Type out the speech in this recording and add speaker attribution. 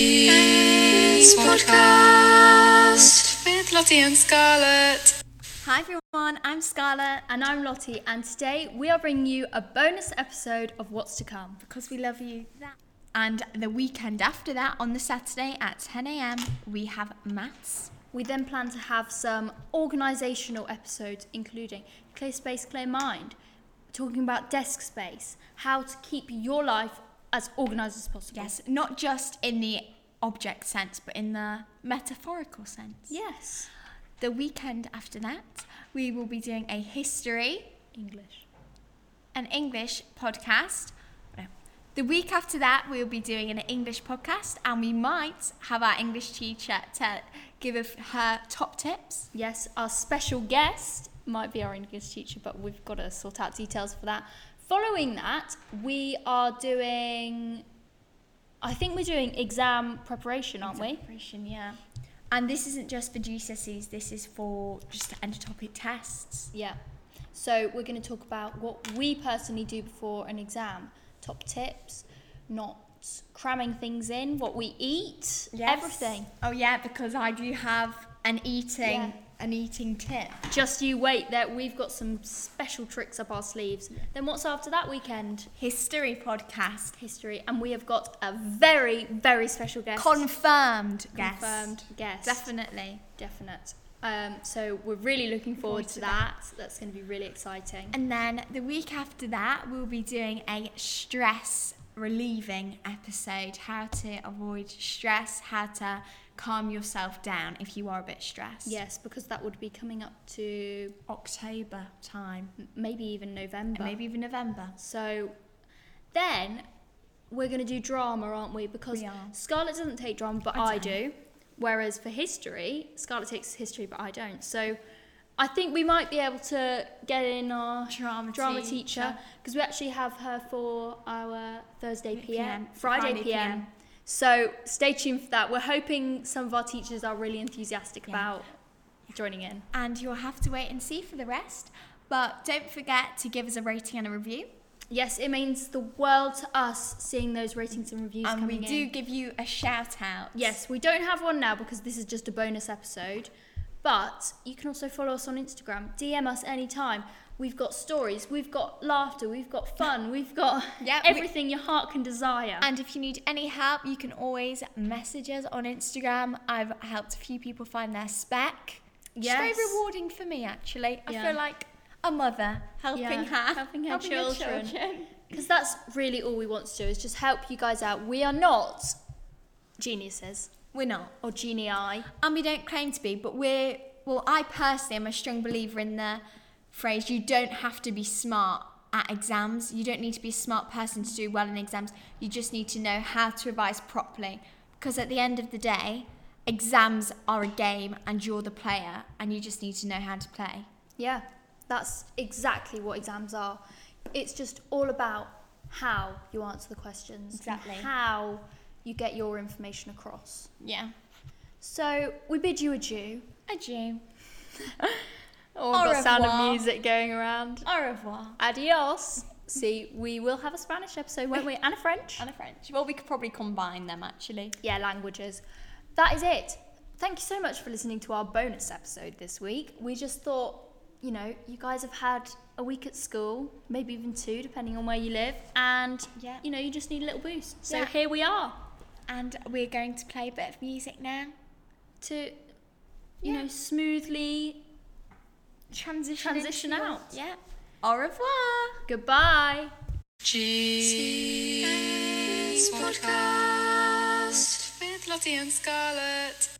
Speaker 1: Jeans Podcast with Lottie and Scarlett.
Speaker 2: Hi everyone, I'm Scarlett
Speaker 3: And I'm Lottie, and today we are bringing you a bonus episode of What's to Come.
Speaker 2: because we love you. That. And the weekend after that, on the Saturday at 10 a.m., we have maths.
Speaker 3: We then plan to have some organisational episodes, including Clear Space, Clear Mind, talking about desk space, how to keep your life as organised as possible.
Speaker 2: Yes, not just in the object sense, but in the metaphorical sense.
Speaker 3: Yes.
Speaker 2: The weekend after that, we will be doing a history
Speaker 3: English.
Speaker 2: an English podcast. No. The week after that, we'll be doing an English podcast, and we might have our English teacher tell, give of her top tips.
Speaker 3: Yes, our special guest might be our English teacher, but we've got to sort out details for that. Following that, we are doing. I think we're doing exam preparation, aren't we?
Speaker 2: Preparation, yeah. And this isn't just for GCSEs. This is for just end topic tests.
Speaker 3: Yeah. So we're going to talk about what we personally do before an exam, top tips, not cramming things in, what we eat, everything.
Speaker 2: Oh yeah, because I do have an eating
Speaker 3: Yeah.
Speaker 2: an eating tip.
Speaker 3: Just you wait that we've got some special tricks up our sleeves. Then what's after that weekend?
Speaker 2: History podcast
Speaker 3: History, and we have got a very, very special guest.
Speaker 2: confirmed. guess.
Speaker 3: Confirmed guest.
Speaker 2: Definitely.
Speaker 3: Definite. Um, so we're really looking forward to that. That's going to be really exciting.
Speaker 2: And then the week after that, we'll be doing a stress relieving episode how to avoid stress, how to calm yourself down if you are a bit stressed.
Speaker 3: Yes, because that would be coming up to
Speaker 2: October time,
Speaker 3: m- maybe even November.
Speaker 2: and maybe even November.
Speaker 3: So then we're going to do drama, aren't we? Because
Speaker 2: We are.
Speaker 3: Scarlett doesn't take drama, but
Speaker 2: I
Speaker 3: I, do. Whereas for history, Scarlett takes history, but I don't. So I think we might be able to get in our
Speaker 2: Drama,
Speaker 3: drama teacher because we actually have her for our Thursday PM,
Speaker 2: PM,
Speaker 3: Friday,
Speaker 2: Friday
Speaker 3: PM.
Speaker 2: PM.
Speaker 3: So stay tuned for that. We're hoping some of our teachers are really enthusiastic
Speaker 2: Yeah.
Speaker 3: about joining in.
Speaker 2: And you'll have to wait and see for the rest. But don't forget to give us a rating and a review.
Speaker 3: Yes, it means the world to us seeing those ratings and reviews
Speaker 2: and we
Speaker 3: coming in.
Speaker 2: do give you a shout out.
Speaker 3: Yes, we don't have one now because this is just a bonus episode. But you can also follow us on Instagram. DM us anytime. We've got stories, we've got laughter, we've got fun, we've got
Speaker 2: Yeah, we-
Speaker 3: everything your heart can desire.
Speaker 2: And if you need any help, you can always message us on Instagram. I've helped a few people find their spec. It's
Speaker 3: Yes.
Speaker 2: very rewarding for me, actually. I
Speaker 3: Yeah.
Speaker 2: feel like a mother helping
Speaker 3: Yeah,
Speaker 2: her,
Speaker 3: helping her children.
Speaker 2: children.
Speaker 3: Because that's really all we want to do is just help you guys out. We are not geniuses
Speaker 2: We're not,
Speaker 3: or genii.
Speaker 2: and we don't claim to be, but we're. Well, I personally am a strong believer in the phrase: you don't have to be smart at exams. You don't need to be a smart person to do well in exams. You just need to know how to revise properly, because at the end of the day. Exams are a game, and you're the player, and you just need to know how to play.
Speaker 3: Yeah, that's exactly what exams are. It's just all about how you answer the questions, and
Speaker 2: Exactly.
Speaker 3: how you get your information across.
Speaker 2: Yeah.
Speaker 3: So we bid you adieu.
Speaker 2: Adieu.
Speaker 3: Oh,
Speaker 2: Au
Speaker 3: we've got sound
Speaker 2: revoir.
Speaker 3: of music going around.
Speaker 2: Au revoir.
Speaker 3: Adios. See, we will have a Spanish episode, won't we? And a French.
Speaker 2: And a French. Well, we could probably combine them actually.
Speaker 3: Yeah, languages. That is it. Thank you so much for listening to our bonus episode this week. We just thought, you know, you guys have had a week at school, maybe even two, depending on where you live, and
Speaker 2: Yeah.
Speaker 3: you know, you just need a little boost. So
Speaker 2: Yeah.
Speaker 3: here we are
Speaker 2: And we're going to play a bit of music now.
Speaker 3: to, you know,
Speaker 2: Yeah.
Speaker 3: smoothly
Speaker 2: Transition.
Speaker 3: transition out.
Speaker 2: Yeah. Au revoir.
Speaker 3: Goodbye.
Speaker 1: Jeans Podcast with Lottie and Scarlett.